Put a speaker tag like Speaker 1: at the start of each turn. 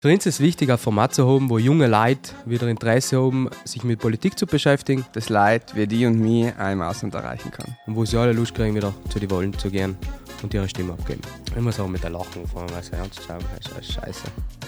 Speaker 1: Für uns ist es wichtig, ein Format zu haben, wo junge Leute wieder Interesse haben, sich mit Politik zu beschäftigen
Speaker 2: Das Leid, wie die und mich auch im Ausland erreichen kann.
Speaker 1: und wo sie alle Lust kriegen, wieder zu den Wahlen zu gehen und ihre Stimme abgeben. Ich muss auch mit der Lachen anfangen, weil so ernst zu sagen, das ist alles scheiße.